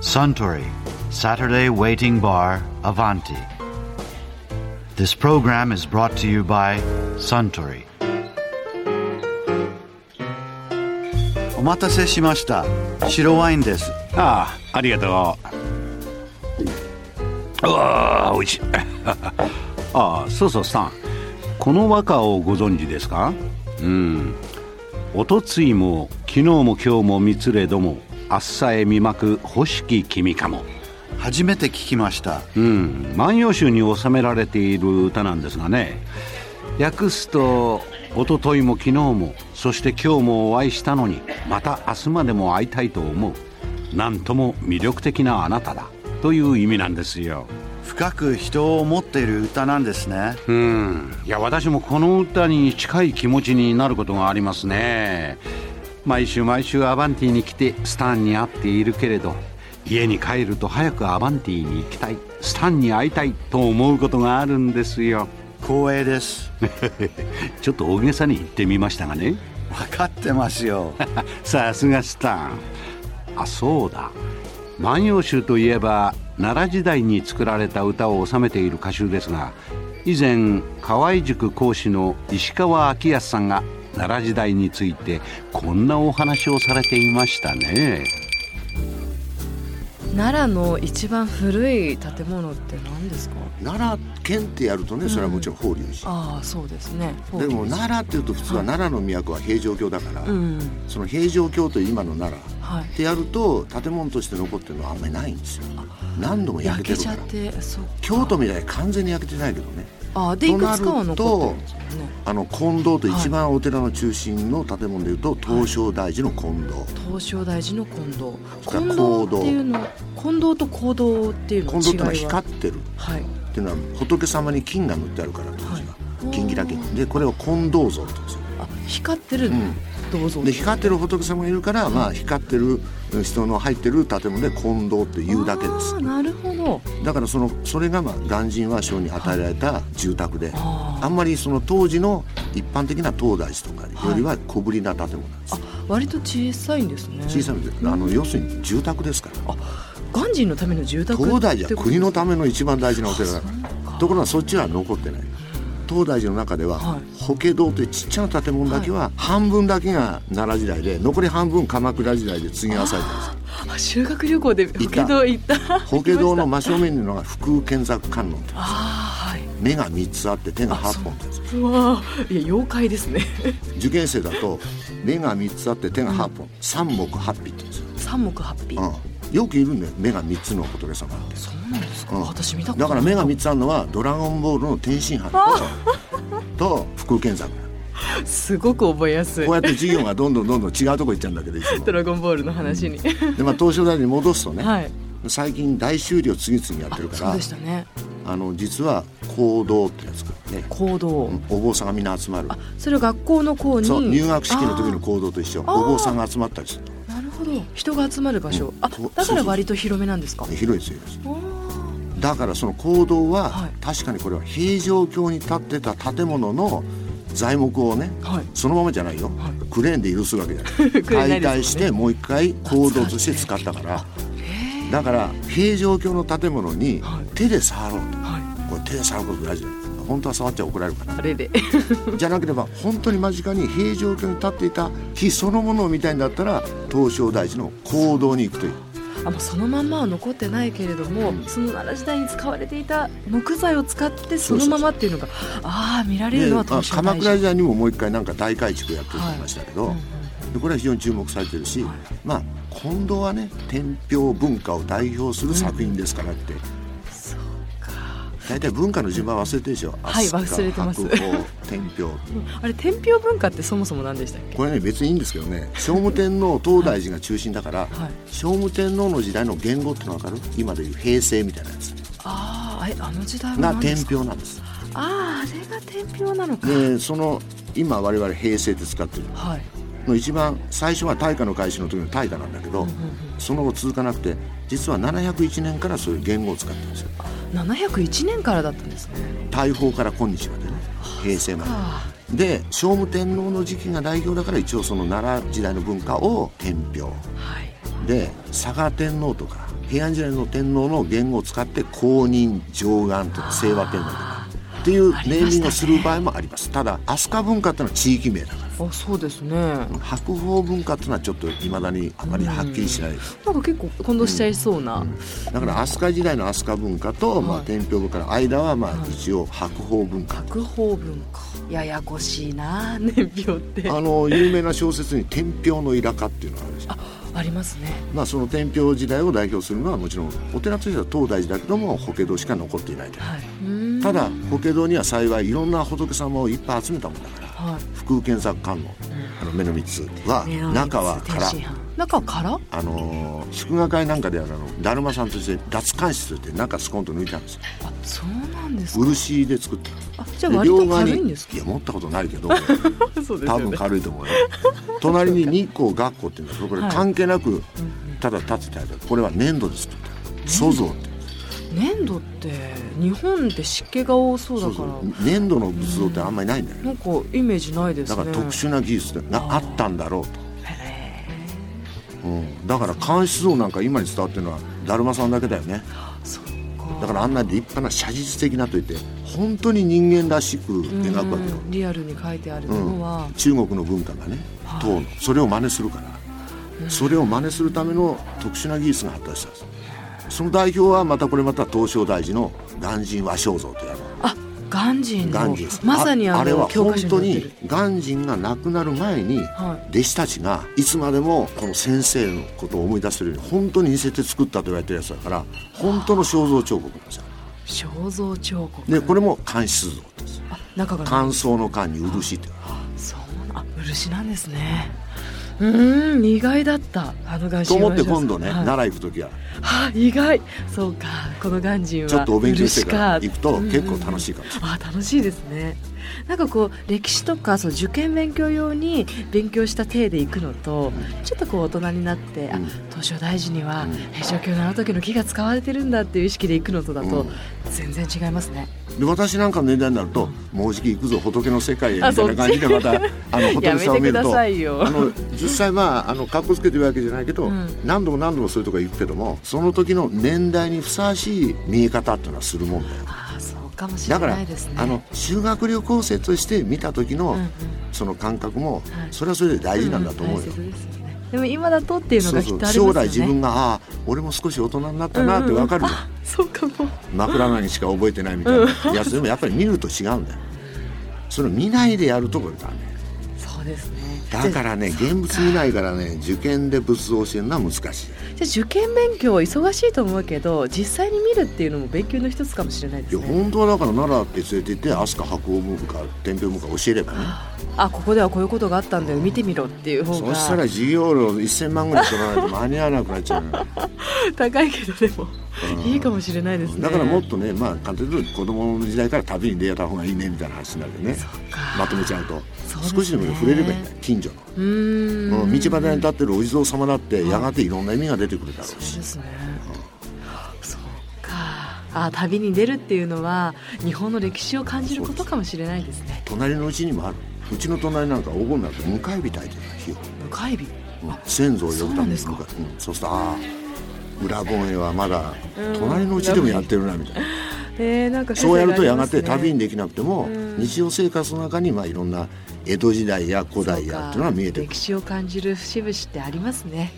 Suntory, Saturday Waiting Bar, Avanti. This program is brought to you by Suntory. お待たせしました。白ワインです。ああありがとううわあ美味しい ああそうそうさんこの和歌をご存知ですかうんおとついも昨日も今日もみつれどもあっさえ見まく欲しき君かも初めて聞きました。うん「万葉集」に収められている歌なんですがね訳すと「おとといも昨日もそして今日もお会いしたのにまた明日までも会いたいと思う」「なんとも魅力的なあなただ」という意味なんですよ深く人を思っている歌なんですね。うんいや私もこの歌に近い気持ちになることがありますね毎週毎週アバンティに来てスタンに会っているけれど家に帰ると早くアバンティに行きたいスタンに会いたいと思うことがあるんですよ光栄です。 ちょっと大げさに言ってみましたがね わかってます よ。さすがスタンあそうだ「万葉集」といえば奈良時代に作られた歌を収めている歌集ですが以前河合塾講師の石川明康さんが奈良時代についてこんなお話をされていましたね奈良の一番古い建物って何ですか奈良県ってやるとねそれはもちろん法隆寺、ああそうですねでも奈良っていうと普通は奈良の都は平城京だから、うんその平城京という今の奈良はいってやると建物として残ってるのはあんまりないんですよ何度も焼焼けけちてるゃかっらてそう京都みたいに完全に焼けてないけどねああでいくつかは残ってるんですよねあの金堂と一番お寺の中心の建物でいうと東照大寺の金堂、東照大寺の金堂それ金から堂講堂っていうの金堂と講堂っていうの金堂ってののは違いは光ってるはいっていうのは仏様に金が塗ってあるから当時は、はい金ギラ金でこれを金堂像って言うんですよあ光ってる銅像で光ってる仏様がいるから、まあ、光ってる人の入ってる建物で金堂っていうだけですああなるほどだからそのそれが、まあ、鑑真和尚に与えられた住宅で、ああんまりその当時の一般的な東大寺とかよりは小ぶりな建物なんです、あ割と小さいんですね小さなあの要するに住宅ですから鑑真のための住宅東大寺ってはこと国のための一番大事なお寺だからところがそっちは残ってない東大寺の中では、は法華堂というちっちゃな建物だけは半分だけが奈良時代で残り半分鎌倉時代で継ぎ合わされたんですあ修学旅行で法華堂行った法華堂の真正面にいるのが福建作観音って ああはい目が3つあって手が8本ってやつうわーいや妖怪ですね受験生だと目が3つあって手が8本、三目八臂って言うんですよ、三目八臂、うん、よくいるんだよ目が3つの仏様って、そうなんですか、うん、私見たことだないから目が3つあるのは「ドラゴンボール」の天津飯 とと福建作すごく覚えやすいこうやって授業がどんどんどんどん違うとこ行っちゃうんだけどい つもドラゴンボールの話に、で、まあ、東照大寺に戻すとね、 はい最近大修理を次々やってるかそうらでしたねあの実は講堂ってやつからね行動、うんお坊さんがみんな集まるあそれは学校の校にそう入学式の時の行動と一緒あーお坊さんが集まったりするあーなるほど人が集まる場所、うんあこうだから割と広めなんですか広いですよ広いであーすだからその行動は、はい確かにこれは平城京に建ってた建物の材木をねはいそのままじゃないよ、はいクレーンで移すわけじゃな クレーンいないですもんね解体してもう一回行動として使ったからへだから平城京の建物にはい手で触ろうーはいとこれ手で触ること大事だよ本当は触っちゃ怒られるからあれで じゃなければ本当に間近に平城京に建っていた木そのものを見たいんだったら東照大寺の行動に行くというあもうそのまんまは残ってないけれども、その奈良時代に使われていた木材を使ってそのままっていうのがああ見られるでのはまあ東照鎌大倉寺時代にももう一回なんか大改築やってるって言いましたけど、うんうんでこれは非常に注目されてるし、まあ今度はね天平文化を代表する作品ですからって、そうか大体文化の順番忘れてるでしょはい飛鳥忘れてます白鳳天平あれ天平文化ってそもそも何でしたっけこれね別にいいんですけどね聖武天皇東大寺が中心だから、はい聖武天皇の時代の言語っての分かる今でいう平成みたいなやつああえあの時代はが何で天すか平なんですあああれが天平なのかでその今我々平成って使ってるはいの一番最初は大化の開始の時の大化なんだけど、その後続かなくて実は701年からそういう言語を使ってるんですよ701年からだったんですね大砲から今日までね平成まあでで聖武天皇の時期が代表だから一応その奈良時代の文化を天平あはいで佐賀天皇とか平安時代の天皇の言語を使って公認上岸とか清和天皇とかっていうネーミングをする場合もありますただ飛鳥文化っていうのは地域名だからあそうですねなん白鵬文化っていうのはちょっといまだにあまりはっきりしないです、か結構混同しちゃいそうな、だから飛鳥時代の飛鳥文化と、まあ、はい天平文化の間は、まはあ、い一応白鵬文化学法文化ややこしいな年表ってああの有名な小説に「天平のイラカ」っていうのがあるんですよりますねまあ、その天平時代を代表するのはもちろんお寺としては東大寺だけども法華堂しか残っていないとはいうーんただ法華堂には幸いいろんな仏様をいっぱい集めたもんだからは福右検察官のあの目の三つはい目の三つ中は空天津飯中は空あのー祝賀会なんかであるあのだるまさんとして脱乾室といって中スコンと抜いたんですよあそうなんですか漆で作ったあじゃあ割と軽いんですいかや持ったことな いけどそうですよ多分ね軽いと思うよ隣に日光学校っていうんだけどこれはい関係なくただ立ってたやつこれは粘土で作った塑像って粘土って日本って湿気が多そうだそうかそらう粘土の仏像ってあんまりないんだよねなんかイメージないですだねから特殊な技術があったんだろうとへうん、だから監視像なんか今に伝わってるのはだるまさんだけだよねーそっだかからあんな立派な写実的なといって本当に人間らしくうん描くわけよ、リアルに書いてあるうのは、ん、中国の文化がねはい唐のそれを真似するからそれを真似するための特殊な技術が発達したんですその代表はまたこれまた東照大寺の鑑真和肖像とやるあガンジーの鑑真ですまさにあのあれは教本科書当に載ってにる鑑真が亡くなる前には弟子たちがいつまでもこの先生のことを思い出せるように本当に似せて作ったと言われてるやつだから本当の肖像彫刻なんですよ肖像彫刻でこれも漢室像ですあ中が乾燥の間に漆ってそうなあ漆なんですねうーん意外だったあのガンジとー思って今度ねはい、奈良行く時ははあ、意外そうかこのガンジーはちょっとお勉強して漆かから行くと結構楽しいかもしれない あ楽しいですねなんかこう歴史とかそう受験勉強用に勉強した体で行くのとちょっとこう大人になって、あうん東照大寺には平城京のあの時の木が使われてるんだっていう意識で行くのとだとうん全然違いますね、で私なんかの年代になるともうじき行くぞ仏の世界へみたあいな感じでまたあのやめ仏さんをてく見るだとさいよあの実際まああの格好つけてるわけじゃないけど、うん何度も何度もそういうとこ行くけどもその時の年代にふさわしい見え方っていうのはするもんだよああそうかもしれだから、ないですねあの修学旅行生として見た時の、うんうんその感覚も、はいそれはそれで大事なんだと思んうよ、ん大切ですよねでも今だとっていうのそうがきっとあそりうますよね将来自分がああ俺も少し大人になったなってわかるじゃん、そうかも枕投げしか覚えてないみたいなやつでもやっぱり見ると違うんだよそれを見ないでやるところだねそうですねだからね現物見ないからね受験で仏像を教えるのは難しいじゃあ受験勉強忙しいと思うけど実際に見るっていうのも勉強の一つかもしれないでいすやね本当はだから奈良って連れて行って飛鳥白鵬文化天平文化教えればねあここではこういうことがあったんだよ見てみろっていう方そしたが ら授業料1000万ぐらい取らないと間に合わなくなっちゃうのよ高いけどでもうんいいかもしれないですねだからもっとねまあ簡単に言うと子供の時代から旅に出会った方がいいねみたいな話になるよねまとめちゃうとそうですね少しでも触れればいいんだよ近所のうーんうん道端に立ってるお地蔵様だってやがていろんな意味が出てくるだろうそうしですねそうかあ旅に出るっていうのは日本の歴史を感じることかもしれないですね隣のうちにもあるうちの隣なんか黄金なんて迎え火炊いてる火を向井日うん先祖を呼ぶためにそう迎なんでえうんそうするとああ裏本営はまだ隣のうちでもやってるなみたいなえー、なんか風そう情やるとがやありま がすねて旅にできなくてもうん日常生活の中にまあいろんな江戸時代や古代やっていうのは見えてそうかくる歴史を感じる節々ってありますね、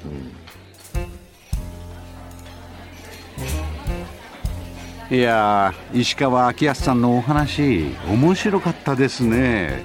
いやー石川昭康さんのお話面白かったですね